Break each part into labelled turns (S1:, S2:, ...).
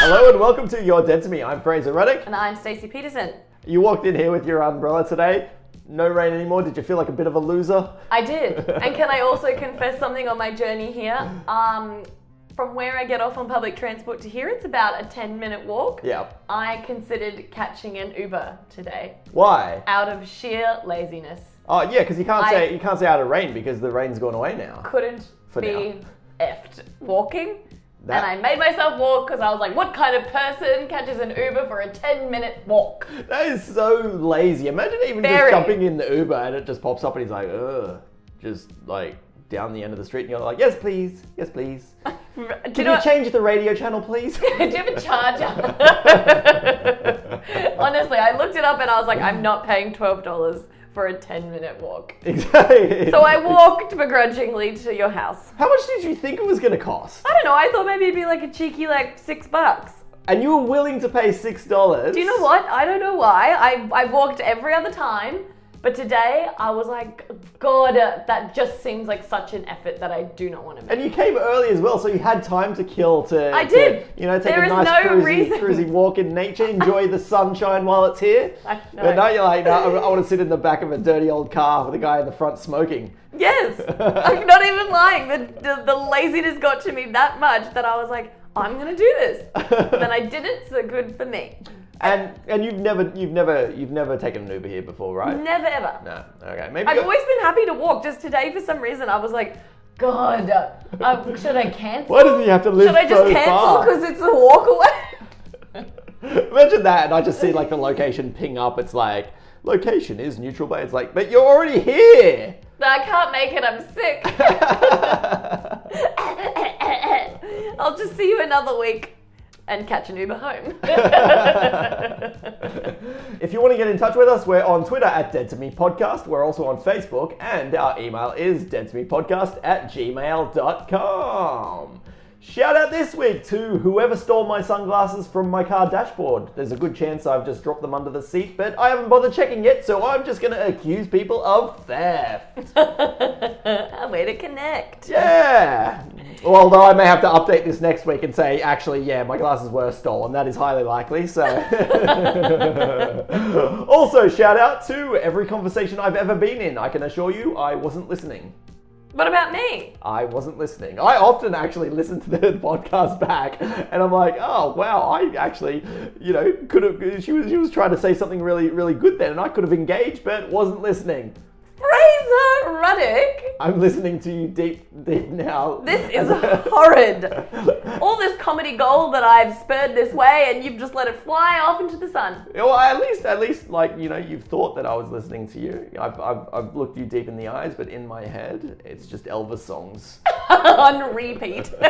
S1: Hello and welcome to You're Dead to Me. I'm Fraser Ruddick.
S2: And I'm Stacey Peterson.
S1: You walked in here with your umbrella today. No rain anymore. Did you feel like a bit of a loser?
S2: I did. and can I also confess something on my journey here? Um, from where I get off on public transport to here, it's about a 10 minute walk.
S1: Yeah.
S2: I considered catching an Uber today
S1: Why?
S2: out of sheer laziness.
S1: Oh yeah, because you can't
S2: I-
S1: say you can't say out of rain because the rain's gone away now.
S2: Couldn't
S1: For
S2: be effed walking.
S1: That-
S2: And I made myself walk because I was like, what kind of person catches an Uber for a 10 minute walk?
S1: That is so lazy. Imagine even
S2: Very.
S1: just jumping in the Uber and it just pops up and he's like, ugh, just like down the end of the street and you're like, yes please, yes please.
S2: Do
S1: Can
S2: know
S1: you
S2: what-
S1: change the radio channel, please?
S2: Do you have a charger? Honestly, I looked it up and I was like, I'm not paying twelve dollars for a ten minute walk.
S1: exactly.
S2: So I walked begrudgingly to your house.
S1: How much did you think it was going to cost?
S2: I don't know. I thought maybe it'd be like a cheeky like six bucks.
S1: And you were willing to pay six dollars.
S2: Do you know what? I don't know why. I I walked every other time, but today I was like, God, uh, that just seems like such an effort that I do not want to make.
S1: And you came early as well, so you had time to kill to.
S2: I
S1: to,
S2: did.
S1: you know, take
S2: There
S1: a
S2: is
S1: nice
S2: no
S1: cruisy,
S2: reason.
S1: cruisy walk in nature, enjoy the sunshine while it's here.
S2: I know.
S1: But now you're like, no, I, want to sit in the back of a dirty old car with a guy in the front smoking.
S2: Yes, I'm not even lying. The, the the laziness got to me that much that I was like, I'm gonna do this. then I didn't, so good for me.
S1: and and you've never you've never you've never taken an Uber here before, right?
S2: Never ever.
S1: No. Okay. Maybe.
S2: I've
S1: you're-
S2: always been happy to walk. Just today, for some reason, I was like, God, uh, should I cancel?
S1: Why does he have to live
S2: Should I just
S1: so
S2: cancel
S1: far?
S2: because it's a walk away?
S1: Imagine that, and I just see like the location ping up. It's like location is neutral bay. It's like, but you're already here.
S2: no, I can't make it. I'm sick. I'll just see you another week and catch an Uber home.
S1: if you want to get in touch with us, we're on Twitter at Dead to Me Podcast. We're also on Facebook, and our email is dead to me podcast at gmail.com. Shout out this week to whoever stole my sunglasses from my car dashboard. There's a good chance I've just dropped them under the seat, but I haven't bothered checking yet, so I'm just going to accuse people of theft.
S2: Way to connect.
S1: Yeah. Well, although I may have to update this next week and say, actually, yeah, my glasses were stolen. That is highly likely. So, also shout out to every conversation I've ever been in. I can assure you, I wasn't listening.
S2: What about me?
S1: I wasn't listening. I often actually listen to the podcast back, and I'm like, oh wow, I actually, you know, could have. She was she was trying to say something really really good then, and I could have engaged, but wasn't listening.
S2: Fraser Ruddick?
S1: I'm listening to you deep deep now.
S2: This is horrid. All this comedy gold that I've spurred this way, and you've just let it fly off into the sun.
S1: Yeah, Well, at least, at least, like you know, you've thought that I was listening to you. I've, I've, I've looked you deep in the eyes, but in my head, it's just Elvis songs.
S2: On repeat.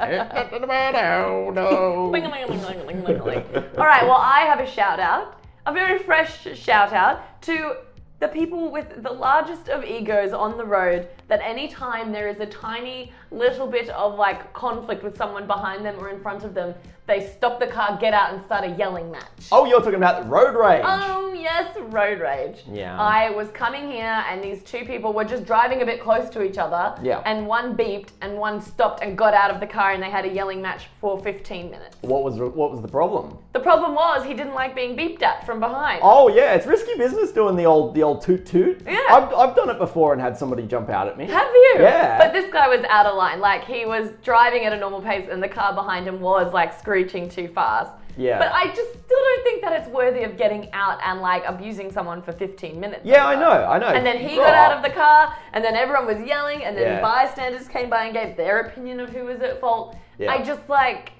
S1: Oh, no,
S2: Ling,
S1: no.
S2: ling, ling, ling, ling, ling, ling. All right, well, I have a shout out, a very fresh shout out to the people with the largest of egos on the road that anytime there is a tiny little bit of like conflict with someone behind them or in front of them, they stop the car, get out, and start a yelling match.
S1: Oh, you're talking about road rage.
S2: Oh yes, road rage.
S1: Yeah.
S2: I was coming here and these two people were just driving a bit close to each other.
S1: Yeah.
S2: And one beeped and one stopped and got out of the car and they had a yelling match for 15 minutes.
S1: What was, what was the problem?
S2: The problem was he didn't like being beeped at from behind.
S1: Oh yeah, it's risky business doing the old, the old toot toot.
S2: Yeah.
S1: I've, I've done it before and had somebody jump out at me.
S2: Have you?
S1: Yeah.
S2: But this guy was out of line. Like he was driving at a normal pace and the car behind him was like screeching too fast.
S1: Yeah.
S2: But I just still don't think that it's worthy of getting out and like abusing someone for 15 minutes.
S1: Yeah, I
S2: over.
S1: know, I know.
S2: And then he got out of the car, and then everyone was yelling, and then
S1: Yeah.
S2: bystanders came by and gave their opinion of who was at fault.
S1: Yeah.
S2: I just like,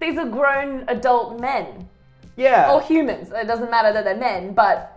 S2: these are grown adult men
S1: Yeah.
S2: or humans. It doesn't matter that they're men, but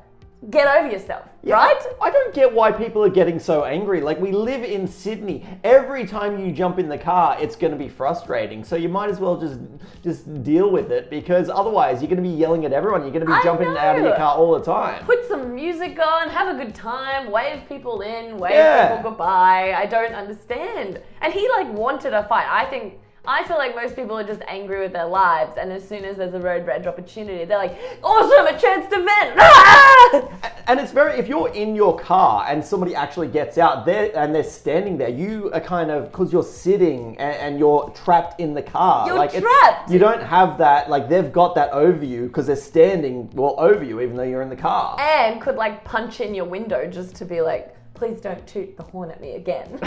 S2: get over yourself,
S1: Yeah,
S2: right?
S1: I don't get why people are getting so angry. Like, we live in Sydney. Every time you jump in the car, it's going to be frustrating. So you might as well just just deal with it because otherwise you're going to be yelling at everyone. You're going to be
S2: I
S1: jumping
S2: know.
S1: out of your car all the time.
S2: Put some music on, have a good time, wave people in, wave
S1: Yeah.
S2: people goodbye. I don't understand. And he like wanted a fight. I think I feel like most people are just angry with their lives, and as soon as there's a road rage opportunity, they're like, awesome, a chance to vent. Ah!
S1: And it's very if you're in your car and somebody actually gets out there and they're standing there, you are kind of because you're sitting and, and you're trapped in the car.
S2: You're
S1: like it's-
S2: trapped.
S1: You don't have that. Like they've got that over you because they're standing well over you, even though you're in the car.
S2: and could like punch in your window just to be like, please don't toot the horn at me again.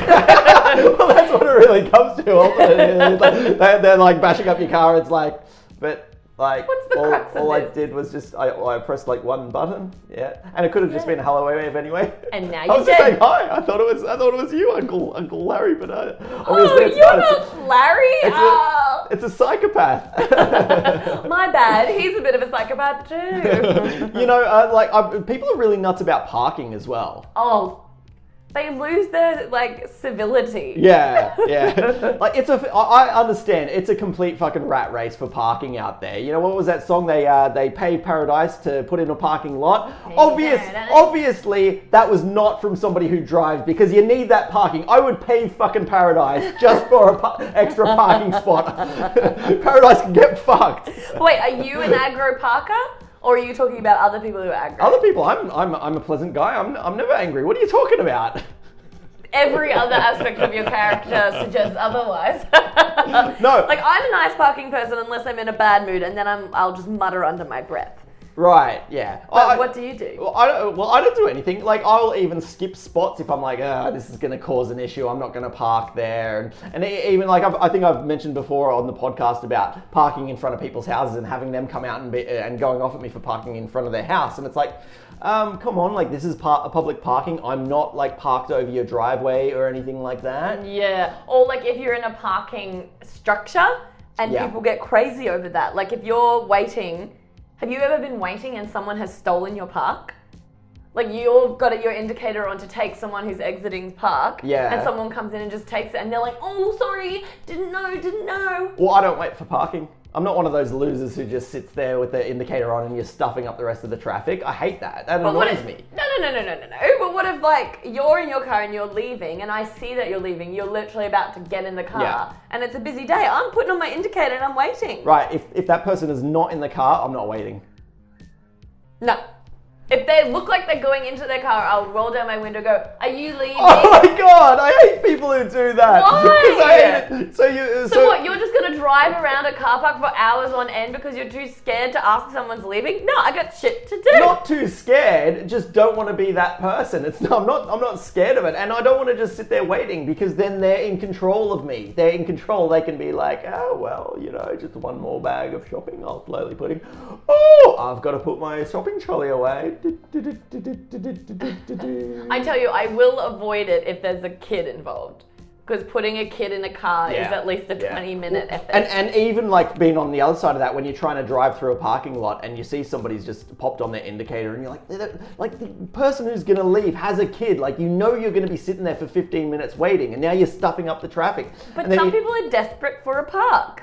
S1: well, that's what it really comes to. Ultimately. It's like, they're, they're like bashing up your car. It's like, but like,
S2: What's the
S1: all,
S2: crux of
S1: all I
S2: this?
S1: did was just I, I pressed like one button, yeah, and it could have just
S2: Yeah.
S1: been hello wave anyway.
S2: And now
S1: I
S2: you're
S1: was just
S2: dead.
S1: saying hi. I thought it was I thought it was you, Uncle Uncle Larry, but I, obviously
S2: oh,
S1: it's
S2: you're
S1: not. It's a-
S2: not Larry.
S1: It's
S2: Oh.
S1: a, it's a psychopath.
S2: My bad. He's a bit of a psychopath too.
S1: you know, uh, like I, people are really nuts about parking as well.
S2: oh, they lose their like civility.
S1: Yeah, yeah. like it's a. I I understand. It's a complete fucking rat race for parking out there. You know what was that song? They uh, they paved paradise to put in a parking lot. Obvious,
S2: paradise.
S1: obviously, that was not from somebody who drives because you need that parking. I would pave fucking paradise just for a pa- extra parking spot. paradise can get fucked.
S2: Wait, are you an aggro Parker, or are you talking about other people who are aggro?
S1: Other people, I'm I'm I'm a pleasant guy. I'm I'm never angry. What are you talking about?
S2: Every other aspect of your character suggests otherwise.
S1: No.
S2: like I'm a nice parking person unless I'm in a bad mood, and then I'm I'll just mutter under my breath.
S1: Right? Yeah.
S2: But
S1: I-
S2: what do you do?
S1: Well, I don't. Well, I don't do anything. Like I'll even skip spots if I'm like, ah, this is going to cause an issue. I'm not going to park there. And, and e- even like I've, I think I've mentioned before on the podcast about parking in front of people's houses and having them come out and be, and going off at me for parking in front of their house. And it's like, um, come on, like this is par- public parking. I'm not like parked over your driveway or anything like that.
S2: Mm, Yeah. Or like if you're in a parking structure and
S1: Yeah.
S2: people get crazy over that. Like if you're waiting, have you ever been waiting and someone has stolen your park? Like you've got your indicator on to take someone who's exiting park.
S1: Yeah.
S2: And someone comes in and just takes it and they're like, oh, sorry, didn't know, didn't know.
S1: Well, I don't wait for parking. I'm not one of those losers who just sits there with the indicator on and you're stuffing up the rest of the traffic. I hate that. That
S2: But what
S1: annoys
S2: if,
S1: me.
S2: No, no, no, no, no, no, no. But what if, like, you're in your car and you're leaving, and I see that you're leaving. You're literally about to get in the car,
S1: Yeah.
S2: and it's a busy day. I'm putting on my indicator and I'm waiting.
S1: Right, if, if that person is not in the car, I'm not waiting.
S2: No. If they look like they're going into their car, I'll roll down my window. Go, are you leaving?
S1: Oh my god, I hate people who do that.
S2: Why?
S1: 'Cause I hate it. So you so,
S2: so what? You're just gonna drive around a car park for hours on end because you're too scared to ask if someone's leaving? No, I got shit to do.
S1: not too scared, just don't want to be that person. It's I'm not I'm not scared of it and I don't want to just sit there waiting because then they're in control of me. They're in control. They can be like, "Oh, well, you know, just one more bag of shopping I'll slowly put in. Oh, I've got to put my shopping trolley away."
S2: I tell you, I will avoid it if there's a kid involved. Because putting a kid in a car is
S1: Yeah.
S2: at least a
S1: Yeah.
S2: 20 minute effort.
S1: And and even like being on the other side of that, when you're trying to drive through a parking lot and you see somebody's just popped on their indicator, and you're like, "They're- they're- like the person who's gonna leave has a kid. Like you know you're gonna be sitting there for 15 minutes waiting, and now you're stuffing up the traffic.
S2: but
S1: And then
S2: some
S1: you-
S2: people are desperate for a park.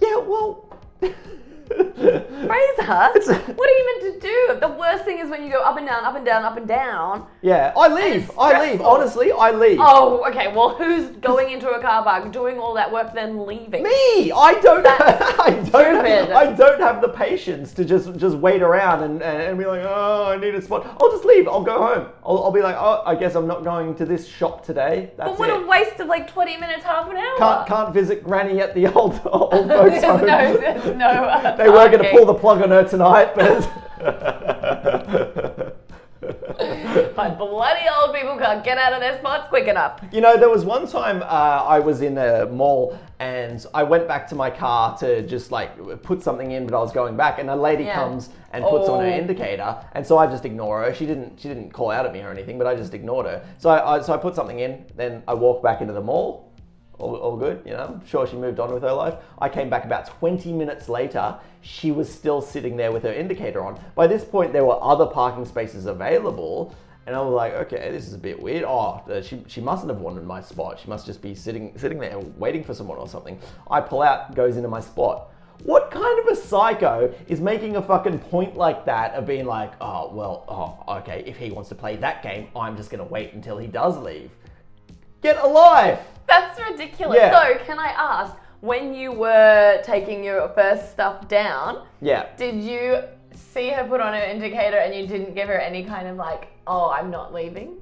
S1: yeah, well,
S2: Fraser, what are you meant to do? The worst thing is when you go up and down, up and down, up and down.
S1: yeah, I leave.
S2: it's
S1: I leave.
S2: stressful.
S1: Honestly, I leave.
S2: Oh, okay. Well, who's going into a car park, doing all that work, then leaving?
S1: Me, I don't.
S2: That's
S1: I don't.
S2: stupid.
S1: I don't have the patience to just just wait around and, and, and be like, oh, I need a spot. I'll just leave. I'll go home. I'll, I'll be like, oh, I guess I'm not going to this shop today. That's
S2: But what
S1: it.
S2: a waste of like 20 minutes, half an hour.
S1: can't can't visit Granny at the old old folks
S2: There's
S1: home.
S2: no- there's no, uh,
S1: they were going to
S2: parking.
S1: pull the plug on her tonight, but.
S2: But bloody old people can't get out of their spots quick enough.
S1: You know, there was one time uh, I was in a mall and I went back to my car to just like put something in, but I was going back, and a lady
S2: Yeah.
S1: comes and puts on her
S2: Oh.
S1: indicator, and so I just ignore her. She didn't she didn't call out at me or anything, but I just ignored her. So I, I so I put something in, then I walked back into the mall. All, all good, you know. I'm sure she moved on with her life. I came back about 20 minutes later. She was still sitting there with her indicator on. By this point, there were other parking spaces available, and I was like, okay, this is a bit weird. Oh, uh, she, she mustn't have wanted my spot. She must just be sitting sitting there waiting for someone or something. I pull out, goes into my spot. What kind of a psycho is making a fucking point like that of being like, oh, well, oh, okay, if he wants to play that game, I'm just gonna wait until he does leave? Get a life!
S2: That's ridiculous.
S1: Yeah.
S2: So, can I ask, when you were taking your first stuff down,
S1: Yeah.
S2: did you see her put on her indicator and you didn't give her any kind of like, oh, I'm not leaving?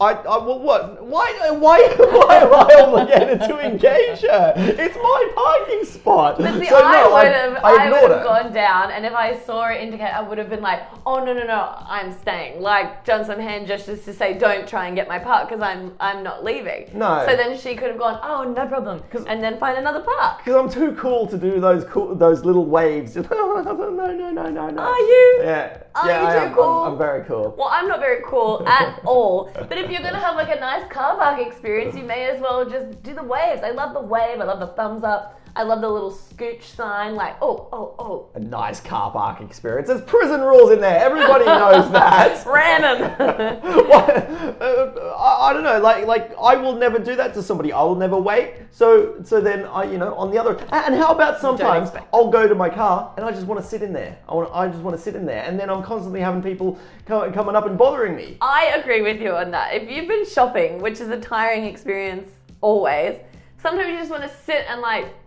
S1: I, I what, what why why why am I obligated to engage her? It's my parking spot.
S2: But see,
S1: So, no,
S2: I would have, I,
S1: ignored
S2: would have
S1: her.
S2: gone down, and if I saw her indicate, I would have been like, "Oh no, no, no, I'm staying." Like done some hand gestures to say, "Don't try and get my park because I'm, I'm not leaving."
S1: No.
S2: So then she could have gone, "Oh, no problem," and then find another park.
S1: Because I'm too cool to do those cool, those little waves. Just, no, no, no, no, no.
S2: Are you?
S1: Yeah.
S2: Are
S1: yeah,
S2: you
S1: I
S2: too
S1: am. I'm-
S2: cool?
S1: I'm, very cool.
S2: Well, I'm not very cool at all. But if you're gonna have like a nice car park experience, you may as well just do the waves. I love the wave. I love the thumbs up. I love the little scooch sign. Like, oh, oh, oh.
S1: A nice car park experience. There's prison rules in there. Everybody knows that.
S2: Ram 'em.
S1: What- uh, I, I don't know. Like, like I will never do that to somebody. I will never wait. So, so then I, you know, on the other. And how about sometimes
S2: expect.
S1: I'll go to my car and I just want to sit in there. I want, I just want to sit in there. And then I'm constantly having people co- coming up and bothering me.
S2: I agree with you on that. If you've been shopping, which is a tiring experience always, sometimes you just want to sit and like,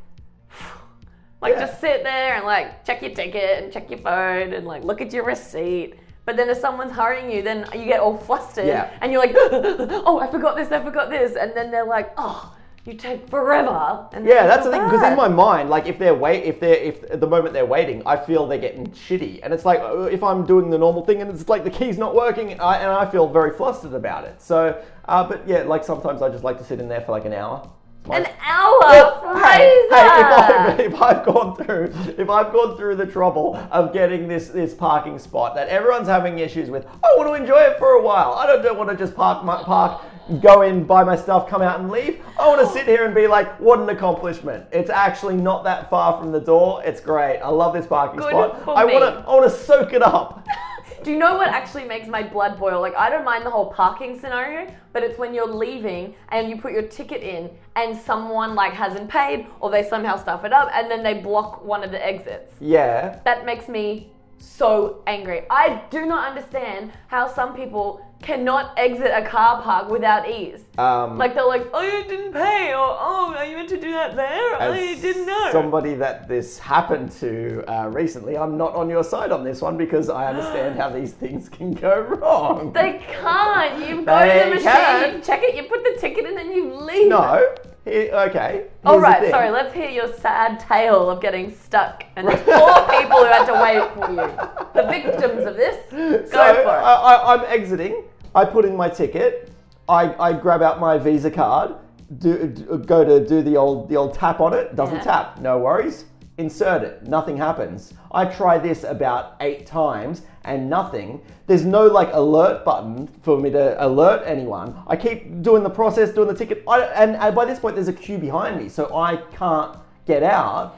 S2: like
S1: Yeah.
S2: just sit there and like check your ticket and check your phone and like look at your receipt. But then if someone's hurrying you, then you get all flustered
S1: Yeah.
S2: and you're like, oh, I forgot this, I forgot this, and then they're like, oh, you take forever. And
S1: Yeah,
S2: you
S1: that's the
S2: feel
S1: thing. Because in
S2: bad.
S1: my mind, like if they're wait, if they're if at the moment they're waiting, I feel they're getting shitty, and it's like uh, if I'm doing the normal thing, and it's like the key's not working, I, and I feel very flustered about it. So, uh, but yeah, like sometimes I just like to sit in there for like an hour. It's my-
S2: an hour.
S1: Well, hey, hey, if,
S2: Fraser!
S1: I've, if I've gone through, if I've gone through the trouble of getting this this parking spot that everyone's having issues with, I want to enjoy it for a while. I don't, want to just park my park, go in, buy my stuff, come out and leave. I want to sit here and be like, what an accomplishment! It's actually not that far from the door. It's great. I love this parking
S2: Good
S1: spot.
S2: for
S1: I
S2: me.
S1: want to, I want to soak it up.
S2: Do you know what actually makes my blood boil? Like, I don't mind the whole parking scenario, but it's when you're leaving and you put your ticket in and someone like hasn't paid or they somehow stuff it up and then they block one of the exits.
S1: Yeah.
S2: That makes me so angry. I do not understand how some people cannot exit a car park without ease.
S1: Um,
S2: Like they're like, oh, you didn't pay, or oh, you meant to do that there, oh, you
S1: As
S2: didn't know.
S1: Somebody that this happened to uh, recently, I'm not on your side on this one because I understand how these things can go wrong.
S2: They can't. You go to
S1: They
S2: the machine,
S1: can.
S2: you check it, you put the ticket, and then you leave.
S1: no. He- okay.
S2: All
S1: here's the
S2: right,
S1: thing.
S2: sorry. Let's hear your sad tale of getting stuck and the poor people who had to wait for you, the victims of this. Go
S1: So uh, I,
S2: for it.
S1: I, I'm exiting. I put in my ticket. I, I grab out my Visa card. Do, do- go to do the old the old tap on it. Doesn't
S2: Yeah.
S1: tap. No worries. Insert it. Nothing happens. I try this about eight times and nothing. There's no like alert button for me to alert anyone. I keep doing the process, doing the ticket, I, and, and by this point there's a queue behind me, so I can't get out.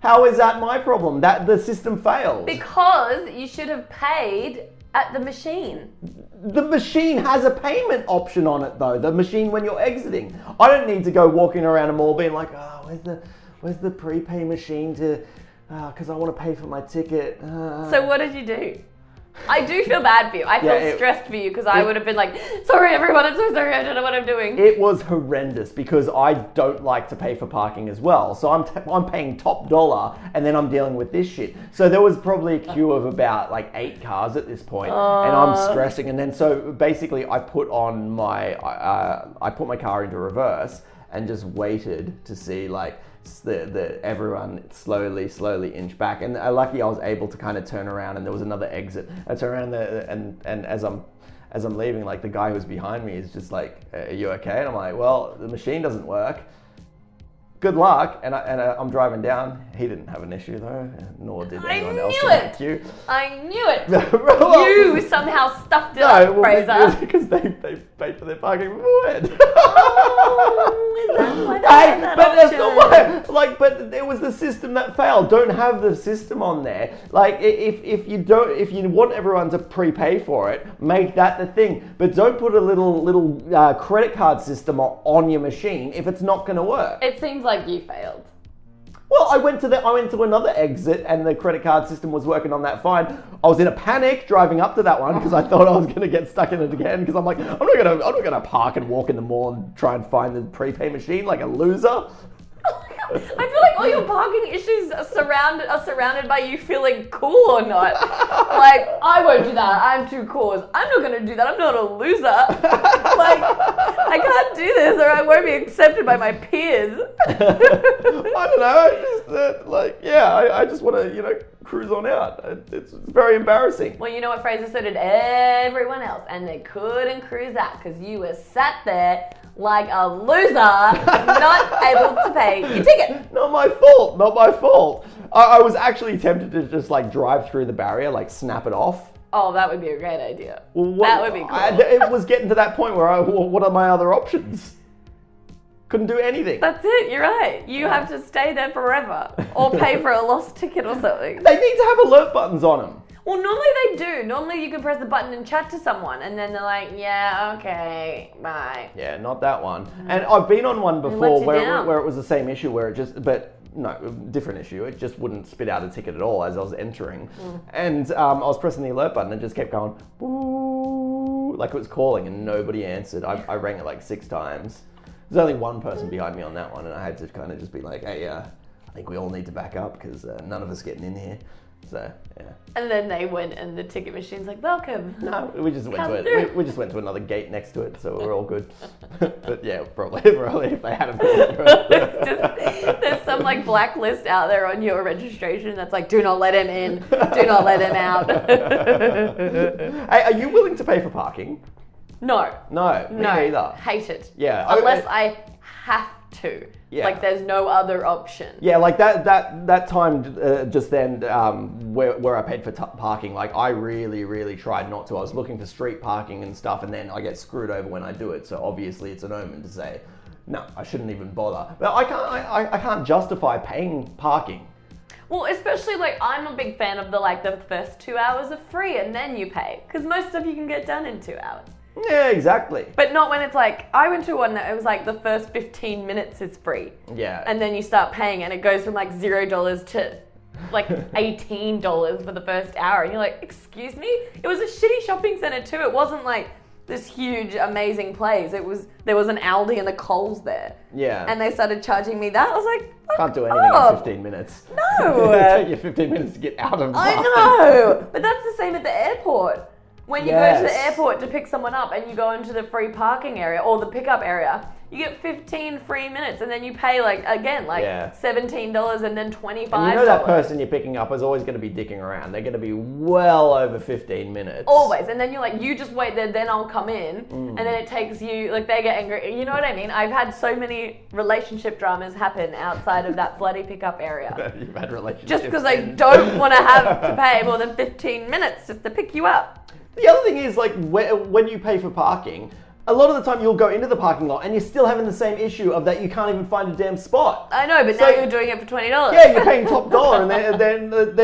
S1: How is that my problem? That the system fails.
S2: because you should have paid at the machine.
S1: The machine has a payment option on it though. The machine when you're exiting. I don't need to go walking around a mall being like, oh, where's the where's the prepay machine to because I want to pay for my ticket. Uh,
S2: So what did you do? I do feel bad for you. I feel
S1: Yeah, it-
S2: stressed for you because I
S1: it-
S2: would have been like, "Sorry, everyone. I'm so sorry. I don't know what I'm doing."
S1: it was horrendous because I don't like to pay for parking as well. So I'm, t- I'm paying top dollar and then I'm dealing with this shit. So there was probably a queue of about like eight cars at this point, and I'm stressing. And then so basically I put on my uh, I put my car into reverse and just waited to see like s- the, the everyone slowly slowly inch back and uh, lucky I was able to kind of turn around and there was another exit I turn around and, the, and and as I'm as I'm leaving like the guy who's behind me is just like are you okay and I'm like well the machine doesn't work good luck and, I, and I, I'm driving down he didn't have an issue though nor did
S2: I
S1: anyone
S2: knew
S1: else in
S2: it!
S1: the queue
S2: I knew it.
S1: Well,
S2: you somehow stuffed it
S1: no,
S2: up, Fraser.
S1: well, because they, they paid for their parking beforehand.
S2: Oh, is that why they
S1: Hey,
S2: had that
S1: but that's not why.
S2: option?
S1: Like, but it was the system that failed. Don't have the system on there. Like, i- if if you don't, if you want everyone to prepay for it, make that the thing. But don't put a little little uh, credit card system o- on your machine if it's not going to work.
S2: It seems like you failed.
S1: Well, I went to the I went to another exit and the credit card system was working on that fine. I was in a panic driving up to that one because I thought I was going to get stuck in it again because I'm like I'm not going to I'm not going to park and walk in the mall and try and find the prepay machine like a loser.
S2: Oh my God, I feel like all your parking issues are surrounded are surrounded by you feeling cool or not. Like I won't do that. I'm too cool. I'm not gonna do that. I'm not a loser. Like I can't do this, or I won't be accepted by my peers.
S1: I don't know. I just uh, like yeah. I, I just want to you know cruise on out. It- It's very embarrassing.
S2: Well, you know what, Fraser? So did everyone else, and they couldn't cruise out because you were sat there like a loser, not able to pay your ticket.
S1: Not my fault. Not my fault. I, I was actually tempted to just like drive through the barrier, like snap it off.
S2: Oh, that would be a great idea.
S1: Well, what-
S2: That would be cool.
S1: I, it was getting to that point where I, wh- what are my other options? Couldn't do anything.
S2: That's it. You're right. You have to stay there forever, or pay for a lost ticket or something.
S1: They need to have alert buttons on them.
S2: Well, normally they do. Normally you can press the button and chat to someone, and then they're like, "Yeah, okay, bye."
S1: Yeah, not that one. And I've been on one before
S2: you
S1: where,
S2: down.
S1: where it was the same issue where it just, but no, different issue. It just wouldn't spit out a ticket at all as I was entering. And um, I was pressing the alert button and it just kept going, "Boo," like it was calling and nobody answered. I, I rang it like six times. There's only one person behind me on that one and I had to kind of just be like, hey, uh, I think we all need to back up because uh, none of us getting in here. So, yeah.
S2: And then they went, and the ticket machine's like, "Welcome."
S1: No, we just went
S2: Come
S1: to
S2: through.
S1: it. We, we just went to another gate next to it, so we're all good. but yeah, probably, probably if they had a
S2: It's just, there's some like blacklist out there on your registration that's like, "Do not let him in. Do not let him out."
S1: hey, are you willing to pay for parking?
S2: no,
S1: No, me
S2: no,
S1: neither.
S2: hate it.
S1: Yeah, I-
S2: unless I have to.
S1: Yeah.
S2: Like, there's no other option.
S1: Yeah, like that that that time uh, just then um, where where I paid for t- parking, like I really really tried not to. I was looking for street parking and stuff, and then I get screwed over when I do it. So obviously it's an omen to say, no, I shouldn't even bother. But I can't I, I- I can't justify paying parking.
S2: Well, especially like I'm a big fan of the like the first two hours are free and then you pay because most stuff you can get done in two hours.
S1: Yeah, exactly.
S2: But not when it's like I went to one that it was like the first 15 minutes is free
S1: Yeah.
S2: and then you start paying and it goes from like zero dollars to like eighteen dollars for the first hour and you're like, excuse me? It was a shitty shopping center too. It wasn't like this huge amazing place. It was there was an Aldi and a Coles there.
S1: yeah.
S2: And they started charging me that. I was like, fuck
S1: Can't do anything
S2: off.
S1: in 15 minutes.
S2: No.
S1: It'll take you 15 minutes to get out of
S2: I
S1: Boston.
S2: know, but that's the same at the airport. When you go to the
S1: Yes.
S2: airport to pick someone up and you go into the free parking area or the pickup area, you get 15 free minutes and then you pay like again like
S1: Yeah.
S2: $17 and then 25.
S1: And you know that person you're picking up is always going to be dicking around. They're going to be well over 15 minutes.
S2: Always, and then you're like, you just wait there, then I'll come in,
S1: Mm.
S2: and then it takes you like they get angry. You know what I mean? I've had so many relationship dramas happen outside of that bloody pickup area
S1: You've had relationships.
S2: just because I
S1: then.
S2: don't want to have to pay more than 15 minutes just to pick you up.
S1: The other thing is, like, wh- when you pay for parking, a lot of the time you'll go into the parking lot and you're still having the same issue of that you can't even find a damn spot.
S2: I know, but
S1: So-
S2: now you're doing it for twenty dollars.
S1: Yeah, you're paying top dollar, and then then,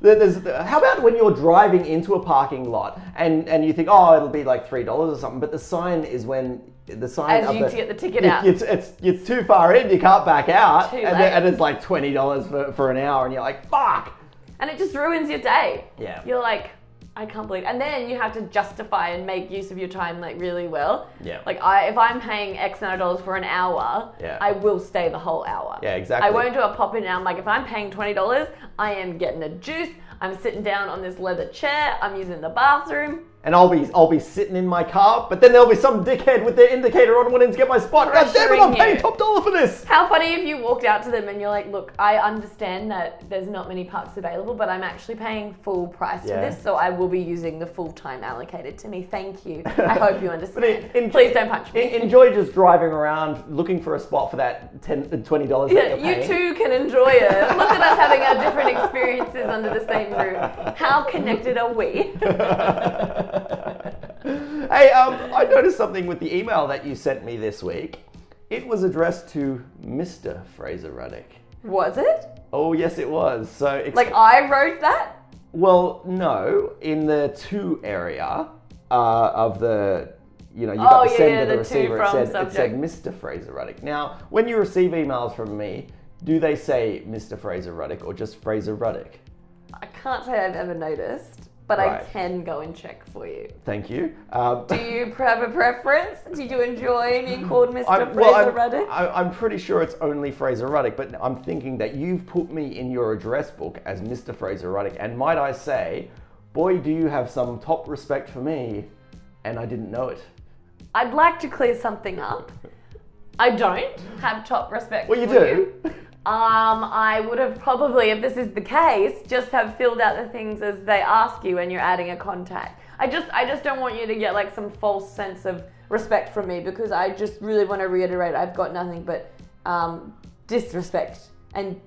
S1: then, there's. How about when you're driving into a parking lot and, and you think, oh, it'll be like three dollars or something, but the sign is when the sign
S2: As
S1: up
S2: you
S1: the-
S2: get the ticket
S1: it-
S2: out.
S1: It's, it's it's too far in, you can't back out,
S2: Too
S1: and,
S2: late.
S1: then, and it's like twenty dollars for, for an hour, and you're like, fuck.
S2: and it just ruins your day.
S1: Yeah.
S2: You're like, I can't believe, and then you have to justify and make use of your time like really well.
S1: Yeah.
S2: Like I, if I'm paying X amount of dollars for an hour,
S1: Yeah.
S2: I will stay the whole hour.
S1: Yeah, exactly.
S2: I won't do a pop in. and out. I'm like, if I'm paying twenty dollars, I am getting a juice. I'm sitting down on this leather chair. I'm using the bathroom.
S1: And I'll be I'll be sitting in my car, but then there'll be some dickhead with their indicator on wanting to get my spot. God damn it, I'm
S2: Pressuring
S1: paying
S2: you.
S1: top dollar for this.
S2: How funny if you walked out to them and you're like, look, I understand that there's not many parks available, but I'm actually paying full price
S1: Yeah.
S2: for this, so I will be using the full time allocated to me. Thank you. I hope you
S1: But
S2: understand.
S1: en- en-
S2: Please don't punch me.
S1: en- enjoy just driving around looking for a spot for that 10 20 dollars.
S2: Yeah, you too can enjoy it. Look at us having our different experiences under the same roof. How connected are we?
S1: hey, um, I noticed something with the email that you sent me this week. It was addressed to Mr. Fraser Ruddick.
S2: Was it?
S1: Oh yes, it was. So ex-
S2: Like I wrote that?
S1: well, no, in the to area uh, of the, you know, you
S2: Oh,
S1: got the
S2: yeah,
S1: sender,
S2: yeah,
S1: the,
S2: the to
S1: receiver. It
S2: from
S1: said, it said
S2: subject.
S1: Mr. Fraser Ruddick. Now, when you receive emails from me, do they say Mr. Fraser Ruddick or just Fraser Ruddick?
S2: I can't say I've ever noticed. but I
S1: Right.
S2: can go and check for you.
S1: Thank you. Um,
S2: Do you have a preference? Did you enjoy being called mister
S1: I'm,
S2: Fraser
S1: well, I'm,
S2: Ruddick?
S1: I, am pretty sure it's only Fraser Ruddick, but I'm thinking that you've put me in your address book as Mr. Fraser Ruddick, and might I say, boy, do you have some top respect for me, and I didn't know it.
S2: I'd like to clear something up. I don't have top respect
S1: Well, you
S2: for
S1: do.
S2: you. Um, I would have probably, if this is the case, just have filled out the things as they ask you when you're adding a contact. I just, I just don't want you to get like some false sense of respect from me because I just really want to reiterate I've got nothing but um, disrespect and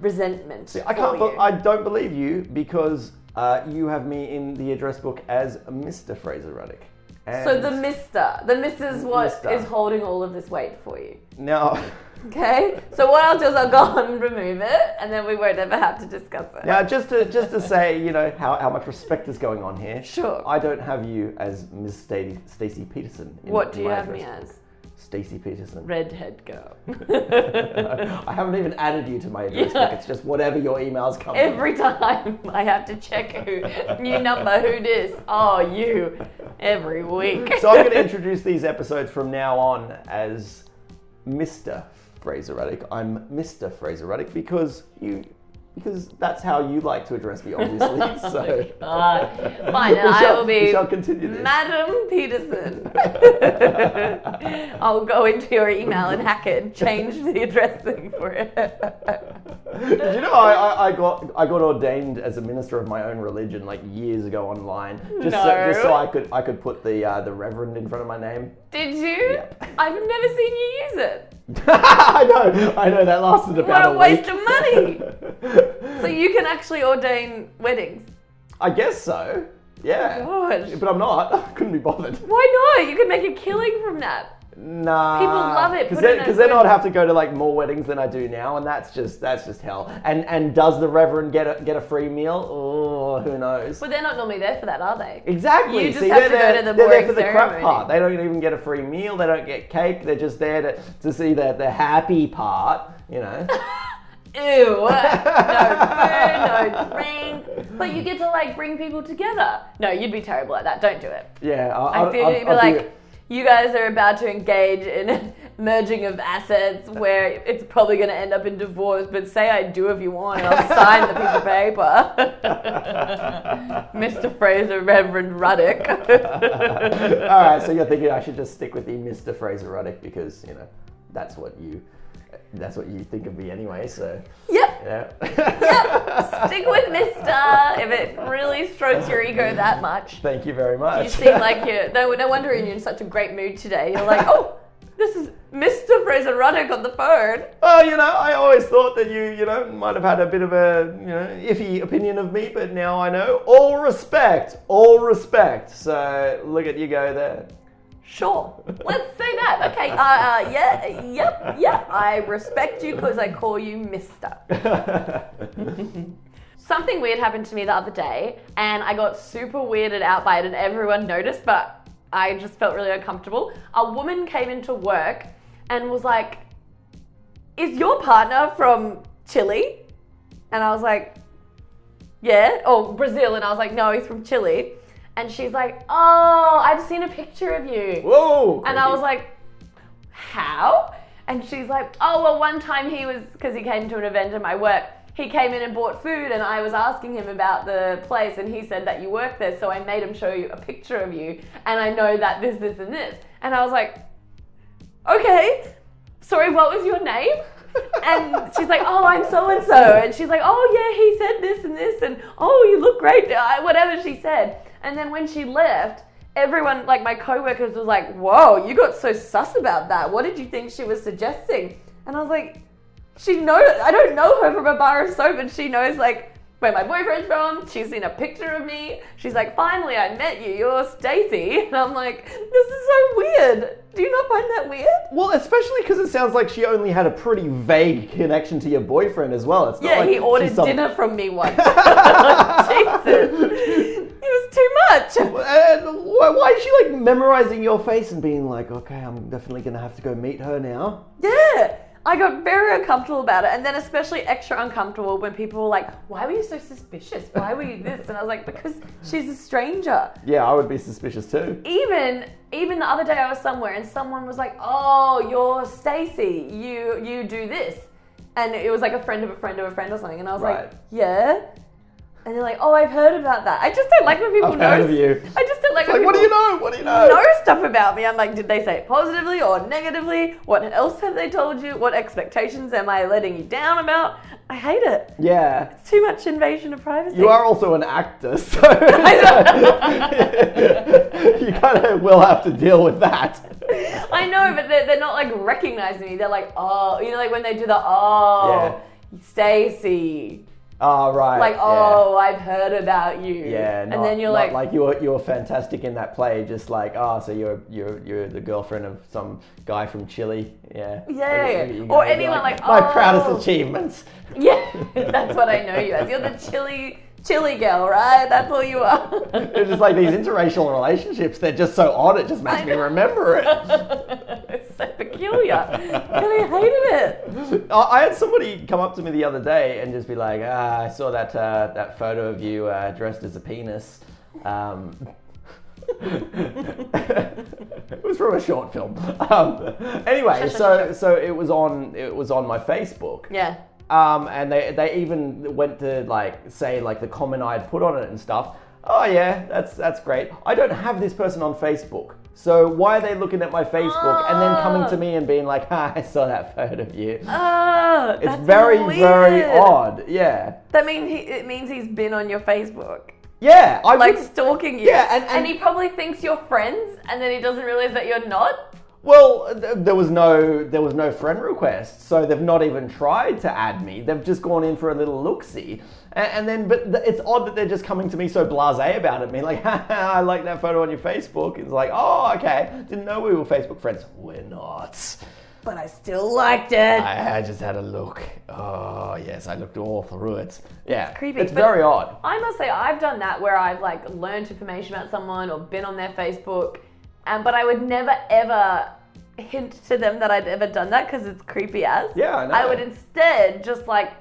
S2: resentment.
S1: I can't.
S2: For
S1: be-
S2: you.
S1: I don't believe you because uh, you have me in the address book as Mr. Fraser Ruddick. And
S2: so the Mister, the Mrs. What is
S1: Mister.
S2: holding all of this weight for you?
S1: now,
S2: Okay, so what I'll do is I'll go and remove it, and then we won't ever have to discuss it.
S1: now just to just to say, you know how, how much respect is going on here.
S2: Sure.
S1: I don't have you as Ms. Stacy, Stacy Peterson. in
S2: what do you
S1: my
S2: have me
S1: address book.
S2: as?
S1: Stacy Peterson.
S2: Redhead girl.
S1: I haven't even added you to my address
S2: Yeah.
S1: book. It's just whatever your emails come. in.
S2: Every time I have to check who, new number, who dis? Oh, you. Every week.
S1: so I'm going to introduce these episodes from now on as Mr. Fraser Ruddick. I'm Mr. Fraser Ruddick because you because that's how you like to address me, obviously. So
S2: Oh God. Fine,
S1: We
S2: then I
S1: shall-
S2: will be
S1: We shall continue this.
S2: Madam Peterson. I'll go into your email and hack it and change the address thing for it.
S1: Did you know I, I, I got I got ordained as a minister of my own religion like years ago online just, so,
S2: No.
S1: just so I could I could put the uh, the reverend in front of my name.
S2: Did you?
S1: Yep.
S2: I've never seen you use it.
S1: I know I know that lasted about
S2: What a
S1: week.
S2: waste of money. So
S1: money.
S2: you can actually ordain weddings.
S1: I guess so. Yeah.
S2: Gosh.
S1: But I'm not. I couldn't be bothered.
S2: Why not? You can make a killing from that.
S1: Nah.
S2: People love it,
S1: Because
S2: put it
S1: then,
S2: in a
S1: 'cause then
S2: good-
S1: I'd have to go to like more weddings than I do now, and that's just that's just hell. And and does the reverend get a, get a free meal? Oh, who knows?
S2: But they're not normally there for that, are they?
S1: Exactly.
S2: You just
S1: See,
S2: have
S1: they're
S2: to go
S1: there-
S2: to the
S1: they're there
S2: boring
S1: for the crap
S2: ceremony.
S1: part. They don't even get a free meal. They don't get cake. They're just there to, to see the, the happy part. You know.
S2: Ew. No food, no drink. But you get to like bring people together. No, you'd be terrible at that. Don't do it.
S1: Yeah. I,
S2: I feel
S1: I'd-
S2: you'd be
S1: I'd
S2: like, you guys are about to engage in a merging of assets where it's probably going to end up in divorce, but say I do if you want and I'll sign the piece of paper. Mr. Fraser, Reverend Ruddick.
S1: All right, so you're thinking I should just stick with the Mr. Fraser Ruddick because you know that's what you that's what you think of me anyway. So
S2: yep,
S1: yeah,
S2: stick with Mr. if it really strokes your ego that much.
S1: Thank you very much.
S2: You seem like you're, no, no wonder you're in such a great mood today. You're like, oh, this is Mr. Fraser Ruddick on the phone.
S1: oh, you know, I always thought that you you know might have had a bit of a you know iffy opinion of me, but now I know. All respect, all respect. So look at you go there.
S2: Sure. Let's say that. Okay. Uh, uh, yeah. Yep. Yep. I respect you because I call you Mister. Something weird happened to me the other day, and I got super weirded out by it, and everyone noticed, but I just felt really uncomfortable. A woman came into work and was like, "Is your partner from Chile?" And I was like, yeah, or Brazil. And I was like, no, he's from Chile. And she's like, oh, I've seen a picture of you.
S1: Whoa!
S2: And I was like, how? And she's like, oh, well, one time he was, because he came to an event at my work, he came in and bought food, and I was asking him about the place, and he said that you work there, so I made him show you a picture of you, and I know that this, this, and this. And I was like, okay, sorry, what was your name? And she's like, oh, I'm so and so. And she's like, oh, yeah, he said this and this, and oh, you look great, uh, whatever she said. And then when she left, everyone, like my coworkers, was like, whoa, you got so sus about that. What did you think she was suggesting? And I was like, she knows, I don't know her from a bar of soap, and she knows, like, where my boyfriend's from, she's seen a picture of me. She's like, finally, I met you. You're Stacy, and I'm like, this is so weird. Do you not find that weird?
S1: Well, especially because it sounds like she only had a pretty vague connection to your boyfriend as well. It's not
S2: Yeah,
S1: like
S2: he
S1: she's
S2: ordered
S1: some-
S2: dinner from me once. Jesus. It was too much.
S1: And why, why is she like memorizing your face and being like, okay, I'm definitely gonna have to go meet her now?
S2: Yeah. I got very uncomfortable about it, and then especially extra uncomfortable when people were like, "Why were you so suspicious? Why were you this?" And I was like, "Because she's a stranger."
S1: Yeah, I would be suspicious too.
S2: Even even the other day, I was somewhere and someone was like, "Oh, you're Stacy. You you do this," and it was like a friend of a friend of a friend or something, and I was
S1: Right.
S2: like, "Yeah." And they're like, "Oh, I've heard about that. I just don't like when people
S1: I've
S2: know."
S1: heard of you.
S2: I just don't like
S1: Oh, Like,
S2: when
S1: what do
S2: people
S1: you know? What do you know?
S2: know stuff about me. I'm like, did they say it positively or negatively? What else have they told you? What expectations am I letting you down about? I hate it.
S1: Yeah.
S2: It's too much invasion of privacy.
S1: You are also an actor, so
S2: know.
S1: you kind of will have to deal with that.
S2: I know, but they're, they're not like recognizing me. They're like, oh, you know, like when they do the oh, Stacy,
S1: Oh, right.
S2: like
S1: yeah.
S2: oh, I've heard about you.
S1: Yeah,
S2: and
S1: not-
S2: then you're
S1: not
S2: like,
S1: like you were you were fantastic in that play. Just like, oh, so you're you're you're the girlfriend of some guy from Chile, yeah.
S2: Yeah,
S1: And you- you
S2: or
S1: gotta be
S2: anyone like,
S1: my
S2: oh."
S1: proudest achievements.
S2: yeah, that's what I know you as. You're the chilly, chilly girl, right? That's all you are.
S1: It's just like these interracial relationships. They're just so odd. It just makes
S2: I
S1: me
S2: know.
S1: remember it.
S2: it's so peculiar. Really hated it.
S1: I I had somebody come up to me the other day and just be like, ah, "I saw that uh, that photo of you uh, dressed as a penis." Um, it was from a short film. Um, anyway, so so it was on it was on my Facebook.
S2: Yeah.
S1: Um, and they, they even went to like say like the comment I had put on it and stuff. Oh yeah, that's that's great. I don't have this person on Facebook, so why are they looking at my Facebook and then coming to
S2: Oh.
S1: me and being like, "Ha, I saw that photo of you."
S2: Oh,
S1: It's
S2: that's
S1: very
S2: weird.
S1: very odd. Yeah,
S2: That means he, it means he's been on your Facebook,
S1: yeah. I
S2: like
S1: would-
S2: stalking you.
S1: Yeah, and- and-
S2: he probably thinks you're friends, and then he doesn't realize that you're not.
S1: well, th- there was no there was no friend request, so they've not even tried to add me. They've just gone in for a little look see, and, and then but th- it's odd that they're just coming to me so blasé about it. Me like, "Ha, ha, I like that photo on your Facebook. It's like, oh, okay, didn't know we were Facebook friends. We're not.
S2: But I still liked it.
S1: I, I just had a look. Oh yes, I looked all through it. Yeah, it's
S2: creepy,
S1: It's
S2: but-
S1: very odd.
S2: I must say I've done that where I've like learned information about someone or been on their Facebook, and but I would never ever hint to them that I'd ever done that because it's creepy as.
S1: Yeah, I know.
S2: I would instead just like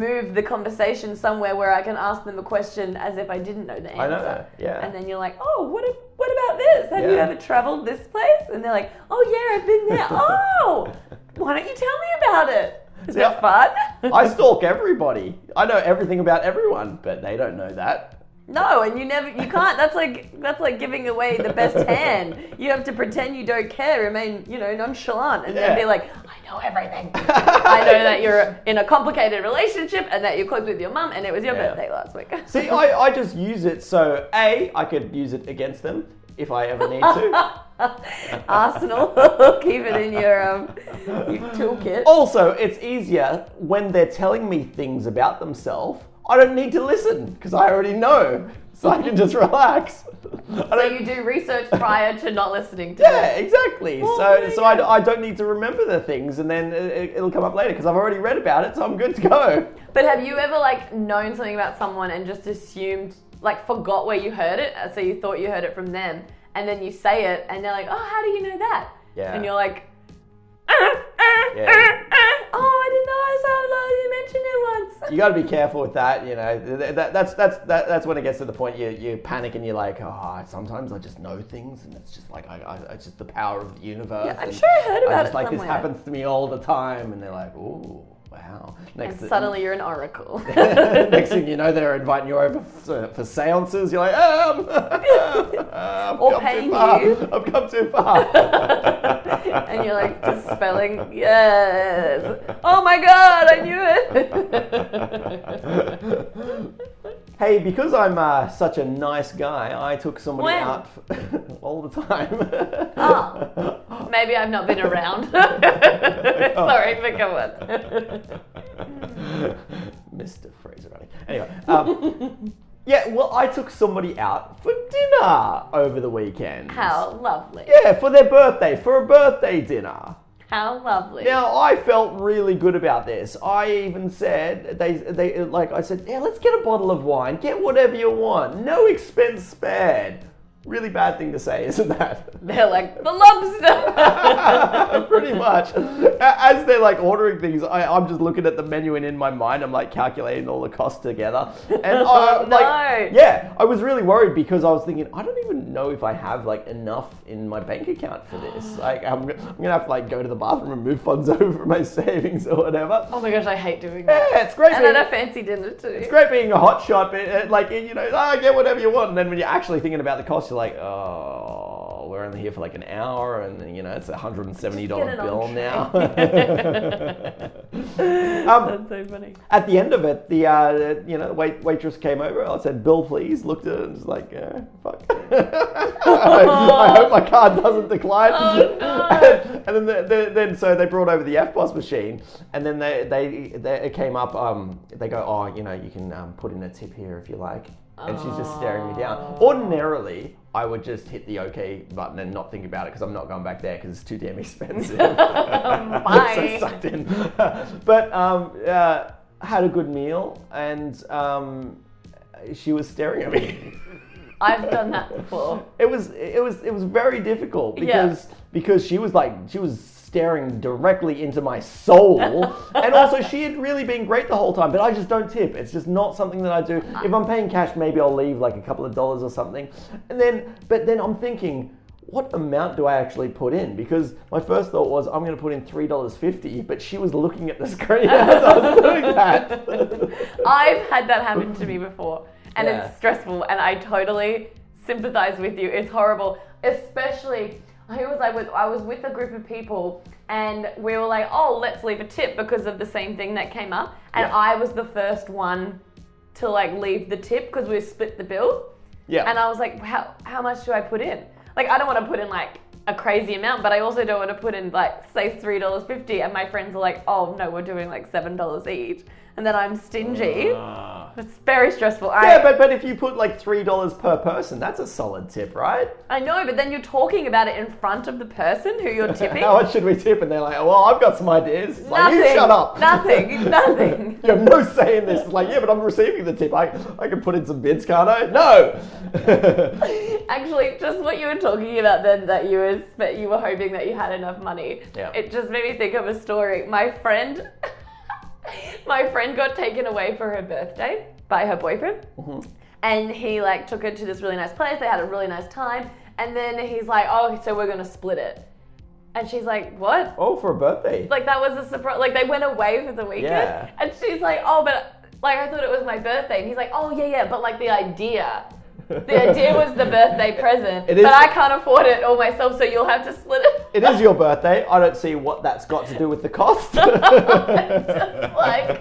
S2: move the conversation somewhere where I can ask them a question as if I didn't know the answer.
S1: I know that. Yeah.
S2: And then you're like, oh, what ab- what about this? Have you
S1: Yeah.
S2: ever traveled this place? And they're like, oh yeah, I've been there. oh, why don't you tell me about it? Is
S1: See,
S2: that fun?
S1: I stalk everybody. I know everything about everyone, but they don't know that.
S2: No, and you never, you can't. That's like that's like giving away the best hand. You have to pretend you don't care, remain, you know, nonchalant, and
S1: Yeah.
S2: then be like, I know everything. I know that you're in a complicated relationship and that you're close with your mum, and it was your
S1: Yeah.
S2: birthday last week.
S1: See, I, I just use it so A, I could use it against them if I ever need to.
S2: Arsenal, keep it in your um, your toolkit.
S1: also, it's easier when they're telling me things about themselves. I don't need to listen because I already know. So I can just relax. I
S2: So
S1: don't,
S2: you do research prior to not listening to
S1: yeah,
S2: them.
S1: exactly.
S2: Well,
S1: so
S2: there
S1: so
S2: you
S1: I,
S2: go.
S1: I don't need to remember the things and then it, it'll come up later because I've already read about it, so I'm good to go.
S2: But have you ever like known something about someone and just assumed, like, forgot where you heard it, so you thought you heard it from them, and then you say it, and they're like, "Oh, how do you know that?"
S1: Yeah.
S2: And you're like, "Uh, uh,
S1: Yeah.
S2: uh, uh, "Oh, I didn't know I saw it.
S1: you got to be careful with that. You know, Th- th- that, that's that's that, that's when it gets to the point you you panic and you're like, oh, sometimes I just know things, and it's just like I, I it's just the power of the universe.
S2: Yeah, I'm
S1: and
S2: sure I heard about
S1: just
S2: it
S1: like this
S2: somewhere."
S1: happens to me all the time, and they're like, ooh, wow. Next
S2: And suddenly you're an oracle.
S1: next thing you know, they're inviting you over for, for seances. You're like, um, I've
S2: Or
S1: come
S2: paying
S1: too far.
S2: you.
S1: I've come too far.
S2: and you're like just spelling yes. Oh my god, I knew it.
S1: Hey, because I'm uh, such a nice guy, I took somebody
S2: When?
S1: out f- all the time.
S2: Oh. Maybe I've not been around. Sorry, but come on.
S1: Mr. Fraser Running. Anyway, um, yeah, well, I took somebody out for dinner over the weekend.
S2: How lovely.
S1: Yeah, for their birthday, for a birthday dinner.
S2: How lovely.
S1: Now I felt really good about this. I even said they they like I said, yeah, let's get a bottle of wine, get whatever you want, no expense spared. really bad thing to say, isn't that?
S2: They're like the lobster.
S1: Pretty much. A- As they're like ordering things, I, I'm just looking at the menu and in my mind, I'm like calculating all the costs together. And I,
S2: Oh,
S1: like,
S2: no.
S1: yeah, I was really worried because I was thinking, I don't even know if I have like enough in my bank account for this. Like, I'm, I'm gonna have to like go to the bathroom and move funds over from my savings or whatever.
S2: oh my gosh, I hate doing that.
S1: Yeah, it's great.
S2: And
S1: being-
S2: then a fancy dinner too.
S1: it's great being a hot shot, but uh, like you know, ah, get whatever you want. And then when you're actually thinking about the cost, you're like, oh, we're only here for like an hour, and you know, it's a hundred and seventy dollar
S2: Just get an
S1: bill
S2: entree.
S1: now. Um,
S2: That's so funny.
S1: at the end of it, the uh, you know wait, waitress came over. I said, "Bill, please." Looked at it and was like, uh, "Fuck." I, I hope my card doesn't decline.
S2: Oh, no.
S1: and, and then, the, the, then so they brought over the FBOS machine, and then they they, they it came up. Um, they go, "Oh, you know, you can um, put in a tip here if you like." And she's just staring me down. Ordinarily, I would just hit the OK button and not think about it because I'm not going back there because it's too damn expensive.
S2: Bye.
S1: so sucked in. but um, uh, had a good meal, and um, she was staring at me.
S2: I've done that before.
S1: it was it was it was very difficult
S2: Yeah.
S1: because because she was like she was staring directly into my soul, and also she had really been great the whole time. But I just don't tip. It's just not something that I do.
S2: Ah.
S1: If I'm paying cash, maybe I'll leave like a couple of dollars or something, and then but then I'm thinking. What amount do I actually put in? Because my first thought was I'm going to put in three dollars fifty, but she was looking at the screen as I was doing that.
S2: I've had that happen to me before, and
S1: Yeah.
S2: it's stressful, and I totally sympathize with you. It's horrible, especially who was I with? I was with a group of people, and we were like, "Oh, let's leave a tip" because of the same thing that came up, and
S1: Yeah.
S2: I was the first one to like leave the tip because we split the bill,
S1: yeah,
S2: and I was like, "How how much do I put in?" Like, I don't want to put in like a crazy amount, but I also don't want to put in like say three dollars fifty, and my friends are like, "Oh no, we're doing like seven dollars each," and then I'm stingy.
S1: Ah.
S2: It's very stressful. I,
S1: Yeah, but, but if you put like three dollars per person, that's a solid tip, right?
S2: I know, but then you're talking about it in front of the person who you're tipping.
S1: How much should we tip? And they're like, well, I've got some ideas. It's like, you
S2: Nothing.
S1: shut up.
S2: Nothing. Nothing.
S1: you have no say in this. It's like, yeah, but I'm receiving the tip. I, I can put in some bids, can't I? No.
S2: Actually, just what you were talking about then that you was that you were hoping that you had enough money.
S1: Yeah.
S2: It just made me think of a story. My friend my friend got taken away for her birthday by her boyfriend.
S1: Mm-hmm.
S2: And he like took her to this really nice place. They had a really nice time. And then he's like, "Oh, so we're going to split it." And she's like, "What?"
S1: oh, for a birthday.
S2: like that was a surprise. Like they went away for the weekend,
S1: Yeah.
S2: and she's like, "Oh, but like I thought it was my birthday," and he's like, "Oh yeah, yeah, but like the idea." The idea was the birthday present,
S1: It is-
S2: but I can't afford it all myself, so you'll have to split it.
S1: It is your birthday. I don't see what that's got to do with the cost.
S2: Just like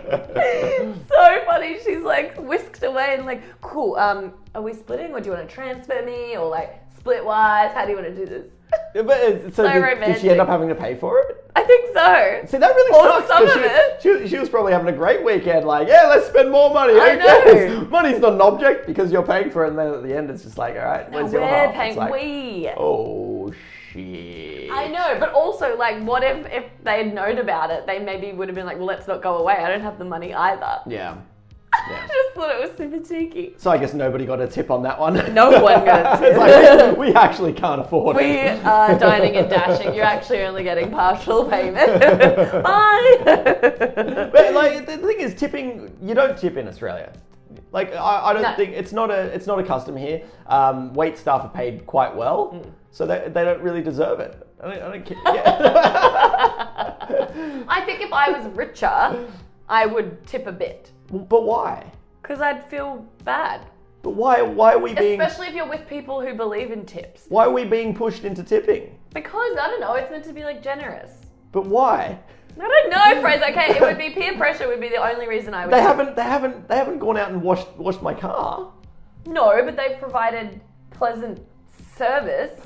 S2: so funny. She's like whisked away and like, cool. Um, are we splitting, or do you want to transfer me, or like split wise? How do you want to do this?
S1: but it's, so
S2: So
S1: did, did she
S2: romantic.
S1: end up having to pay for it?
S2: I think so.
S1: See, that really
S2: Or
S1: sucks.
S2: some
S1: 'cause
S2: of it.
S1: she, she, she was probably having a great weekend. Like, yeah, let's spend more money. who
S2: I know.
S1: cares? Money's not an object because you're paying for it, and then at the end, it's just like, all right, where's your half?
S2: We're
S1: It's
S2: paying.
S1: like,
S2: we.
S1: Oh shit.
S2: I know, but also like, what if if they had known about it, they maybe would have been like, well, let's not go away. I don't have the money either.
S1: Yeah.
S2: I
S1: Yeah.
S2: just thought it was super cheeky.
S1: So I guess nobody got a tip on that one.
S2: No one got a
S1: It's like, we actually can't afford
S2: We uh,
S1: it.
S2: are dining and dashing. You're actually only getting partial payment. Bye.
S1: But like the thing is, tipping you don't tip in Australia. Like I, I don't
S2: No.
S1: think it's not a it's not a custom here. Um, wait staff are paid quite well,
S2: Mm.
S1: so they, they don't really deserve it. I don't, I don't care. Yeah.
S2: I think if I was richer, I would tip a bit
S1: but why?
S2: because I'd feel bad,
S1: But why why are we being
S2: especially if you're with people who believe in tips.
S1: why are we being pushed into tipping?
S2: Because I don't know, it's meant to be like generous.
S1: But why?
S2: I don't know, Fraser. Okay, it would be peer pressure would be the only reason I would.
S1: Mm. They haven't they haven't they haven't gone out and washed washed my car.
S2: No, but they provided pleasant service.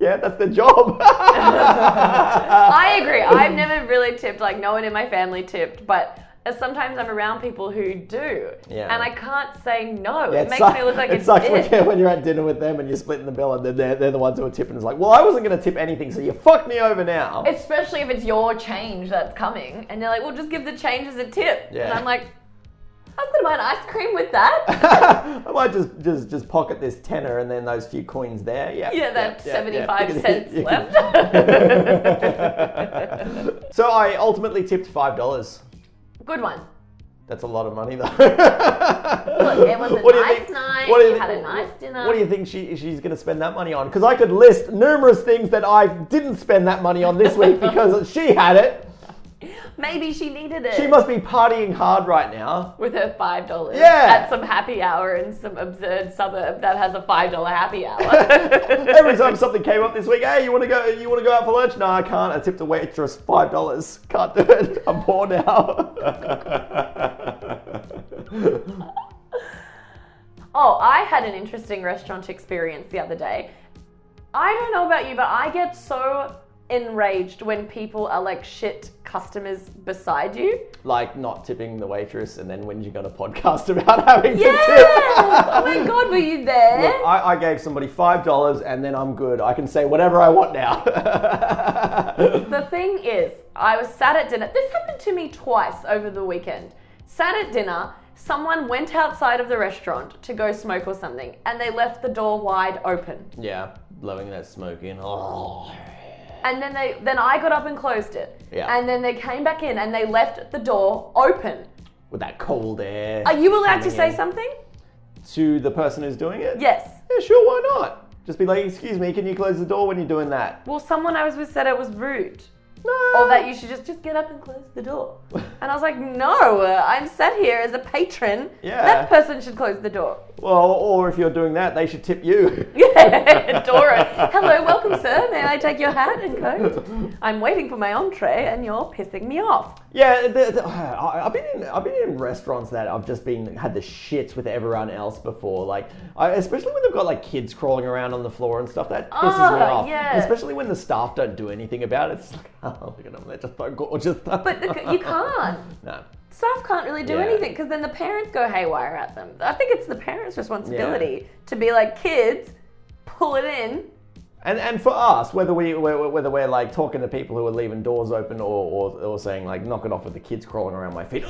S1: Yeah, that's their job.
S2: I
S1: I
S2: agree. I've never really tipped. Like no one in my family tipped, but uh, sometimes I'm around people who do,
S1: Yeah.
S2: and I can't say no.
S1: Yeah,
S2: it makes
S1: suck-
S2: me look like
S1: it
S2: a
S1: sucks
S2: dick.
S1: when, when you're at dinner with them and you're splitting the bill and then they're, they're the ones who are tipping. It's like, well, I wasn't going to tip anything, so you fucked me over now.
S2: Especially if it's your change that's coming, and they're like, "Well, just give the change as a tip,"
S1: Yeah.
S2: and I'm like, I was gonna buy an ice cream with that.
S1: I might just, just just pocket this tenner and then those few coins there. Yeah.
S2: Yeah, that 75
S1: You can-
S2: cents
S1: you can-
S2: left.
S1: so I ultimately tipped five dollars.
S2: Good one.
S1: That's a lot of money, though.
S2: it was a
S1: What do you
S2: nice
S1: think-
S2: night,
S1: what do
S2: you
S1: thi-
S2: had a nice dinner.
S1: What do you think she, she's going to spend that money on? Because I could list numerous things that I didn't spend that money on this week because she had it.
S2: Maybe she needed it.
S1: She must be partying hard right now.
S2: with her five dollars
S1: Yeah.
S2: at some happy hour in some absurd suburb that has a five dollar happy hour.
S1: Every time something came up this week, hey, you want to go? You want to go out for lunch? No, I can't. I tipped a waitress five dollars. Can't do it. I'm poor now.
S2: Oh, I had an interesting restaurant experience the other day. I don't know about you, but I get so enraged when people are like shit customers beside you.
S1: like not tipping the waitress, and then when you're going to podcast about having
S2: Yes!
S1: to tip.
S2: oh my god, were you there?
S1: Look, I, I gave somebody five dollars and then I'm good. I can say whatever I want now.
S2: The thing is, I was sat at dinner. This happened to me twice over the weekend. Sat at dinner, someone went outside of the restaurant to go smoke or something, and they left the door wide open.
S1: yeah, blowing that smoke in. Oh.
S2: And then they then I got up and closed it.
S1: Yeah.
S2: And then they came back in and they left the door open.
S1: With that cold air.
S2: Are you allowed to
S1: coming
S2: say
S1: in.
S2: something?
S1: To the person who's doing it?
S2: Yes.
S1: Yeah, sure, why not? Just be like, excuse me, can you close the door when you're doing that?
S2: Well, someone I was with said it was rude.
S1: No.
S2: Or that you should just, just get up and close the door. And I was like, no, uh, I'm sat here as a patron.
S1: Yeah.
S2: That person should close the door.
S1: Well, or if you're doing that, they should tip you.
S2: Yeah, Dora. Hello, welcome, sir. May I take your hat and coat? I'm waiting for my entree, and you're pissing me off.
S1: Yeah, the, the, I, I've been in I've been in restaurants that I've just been had the shits with everyone else before. Like, I, especially when they've got like kids crawling around on the floor and stuff. That pisses me
S2: Oh,
S1: off.
S2: yeah.
S1: Especially when the staff don't do anything about it. It's like, oh, look at them, they're just so gorgeous.
S2: But the, you can't.
S1: No.
S2: Staff can't really do
S1: Yeah.
S2: anything because then the parents go haywire at them. I think it's the parents' responsibility to be like, kids, pull it in.
S1: And and for us, whether we whether whether we're like talking to people who are leaving doors open or or, or saying like knock it off with the kids crawling around my feet,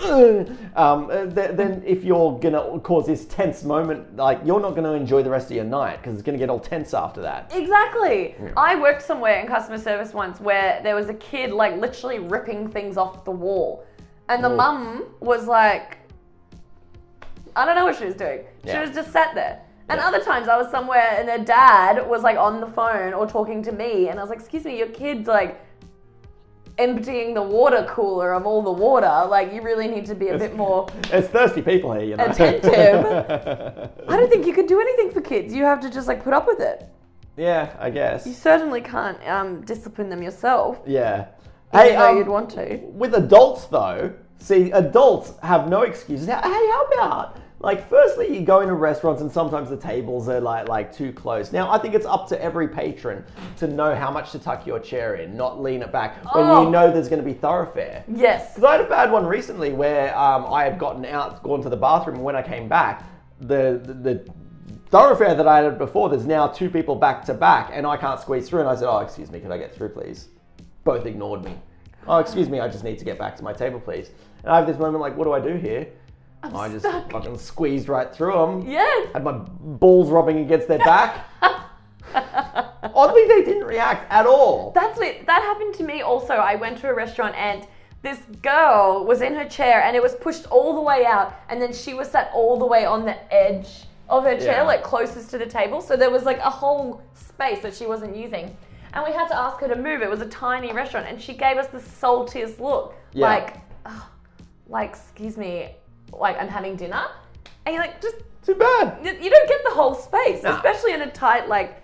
S1: um, uh, th- then if you're gonna cause this tense moment, like you're not gonna enjoy the rest of your night because it's gonna get all tense after that.
S2: Exactly. I worked somewhere in customer service once where there was a kid like literally ripping things off the wall. And the mum was like, I don't know what she was doing. She
S1: Yeah.
S2: was just sat there. And other times I was somewhere and her dad was like on the phone or talking to me. And I was like, excuse me, your kid's like emptying the water cooler of all the water. Like, you really need to be a bit more.
S1: It's thirsty people here, you know.
S2: Attentive. I don't think you can do anything for kids. You have to just like put up with it.
S1: yeah, I
S2: You
S1: guess.
S2: certainly can't um, discipline them yourself.
S1: Yeah.
S2: Hey,
S1: Hey,
S2: though
S1: um,
S2: you'd want to.
S1: with adults though, see, adults have no excuses. Now, Hey, how about like, firstly, you go into restaurants and sometimes the tables are like like too close. Now, I think it's up to every patron to know how much to tuck your chair in, not lean it back when
S2: Oh.
S1: you know there's going to be thoroughfare.
S2: Yes.
S1: Because I had a bad one recently where um, I had gotten out, gone to the bathroom, and when I came back, the, the, the thoroughfare that I had before, there's now two people back to back, and I can't squeeze through. And I said, Oh, excuse me, can I get through, please? Both ignored me. Oh, excuse me, I just need to get back to my table, please. And I have this moment like, What do I do here? I just
S2: stuck.
S1: fucking squeezed right through them.
S2: Yes.
S1: Had my balls rubbing against their back. Oddly, they didn't react at all.
S2: That's it. That happened to me also. I went to a restaurant and this girl was in her chair and it was pushed all the way out and then she was sat all the way on the edge of her chair,
S1: Yeah.
S2: like closest to the table. So there was like a whole space that she wasn't using. And we had to ask her to move. It was a tiny restaurant and she gave us the saltiest look.
S1: Yeah.
S2: Like, "Ugh, like, excuse me, like I'm having dinner. And you're like, just
S1: Too bad.
S2: you you don't get the whole space,
S1: Nah.
S2: especially in a tight like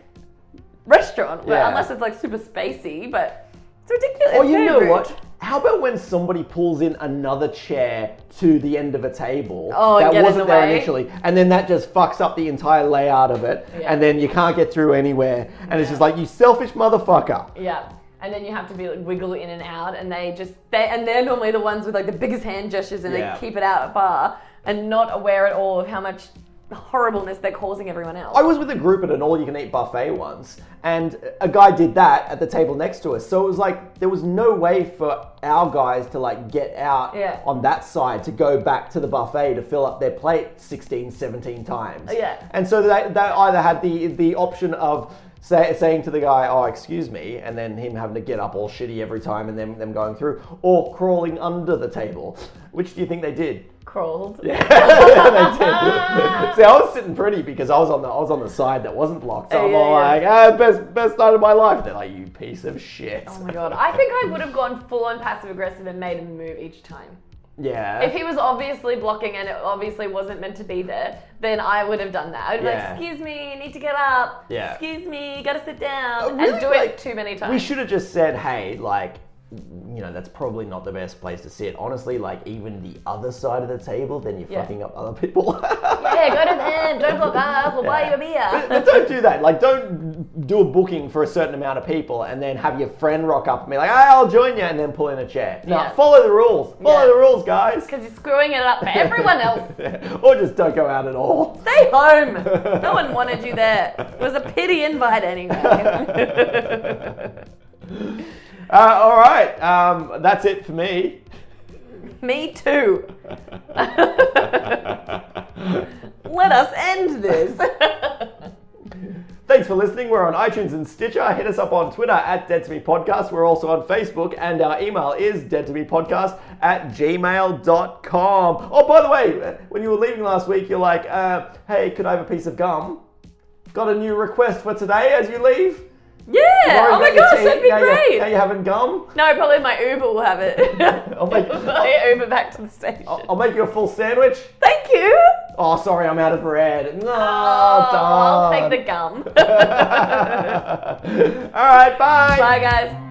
S2: restaurant, where,
S1: Yeah.
S2: unless it's like super spacey. But it's ridiculous.
S1: Or
S2: It's
S1: you
S2: very
S1: know
S2: rude.
S1: what? How about when somebody pulls in another chair to the end of a table
S2: Oh,
S1: that
S2: get in
S1: wasn't
S2: the
S1: there
S2: way.
S1: initially, and then that just fucks up the entire layout of it,
S2: Yeah.
S1: and then you can't get through anywhere, and it's just like you selfish motherfucker.
S2: Yeah. And then you have to be like wiggle in and out, and they just they and they're normally the ones with like the biggest hand gestures, and
S1: Yeah.
S2: they keep it out at bar and not aware at all of how much horribleness they're causing everyone else.
S1: I was with a group at an all you can eat buffet once, and a guy did that at the table next to us. So it was like there was no way for our guys to like get out
S2: Yeah.
S1: on that side to go back to the buffet to fill up their plate 16, 17 times.
S2: Yeah.
S1: And so they, they either had the, the option of say, saying to the guy, oh, excuse me, and then him having to get up all shitty every time and then them going through, or crawling under the table. Which do you think they did?
S2: Crawled.
S1: Yeah, they did. See, I was sitting pretty because I was on the I was on the side that wasn't blocked. So I'm
S2: Yeah,
S1: all
S2: yeah.
S1: like, ah, best best night of my life. They're like, you piece of shit.
S2: Oh my god. I think I would have gone full on passive aggressive and made him move each time.
S1: Yeah.
S2: If he was obviously blocking and it obviously wasn't meant to be there, then I would have done that. I'd be
S1: Yeah.
S2: like, excuse me, need to get up.
S1: Yeah.
S2: Excuse me, gotta sit down.
S1: Oh, really?
S2: And do
S1: Like,
S2: it too many
S1: we
S2: times.
S1: should have just said, hey, like, you know, that's probably not the best place to sit. Honestly, like, even the other side of the table, then you're
S2: Yeah.
S1: fucking up other people.
S2: yeah, go to bed, don't block up, we'll buy you a
S1: But-
S2: beer.
S1: but don't do that. Like, don't do a booking for a certain amount of people and then have your friend rock up and be like, hey, I'll join you, and then pull in a chair. No,
S2: Yeah.
S1: follow the rules. Follow
S2: Yeah.
S1: the rules, guys.
S2: Because you're screwing it up for everyone else.
S1: or just don't go out at all.
S2: Stay home. No one wanted you there. It was a pity invite anyway.
S1: Uh, all right, um, that's it for me.
S2: Me too. Let us end this.
S1: Thanks for listening. We're on iTunes and Stitcher. Hit us up on Twitter at Dead to Me Podcast. We're also on Facebook, and our email is dead to me podcast at gmail.com. Oh, by the way, when you were leaving last week, you're like, uh, hey, could I have a piece of gum? Got a new request for today as you leave?
S2: yeah.
S1: Worried
S2: oh my
S1: about your
S2: gosh,
S1: teeth.
S2: that'd be
S1: Now you're- now
S2: great.
S1: you're having gum?
S2: No, probably my Uber will have it.
S1: Oh my-
S2: my Uber back to the station.
S1: I'll I'll make you a full sandwich.
S2: Thank you.
S1: Oh, sorry, I'm out of bread. No,
S2: I'll
S1: darn.
S2: take the gum.
S1: All right, bye.
S2: Bye, guys.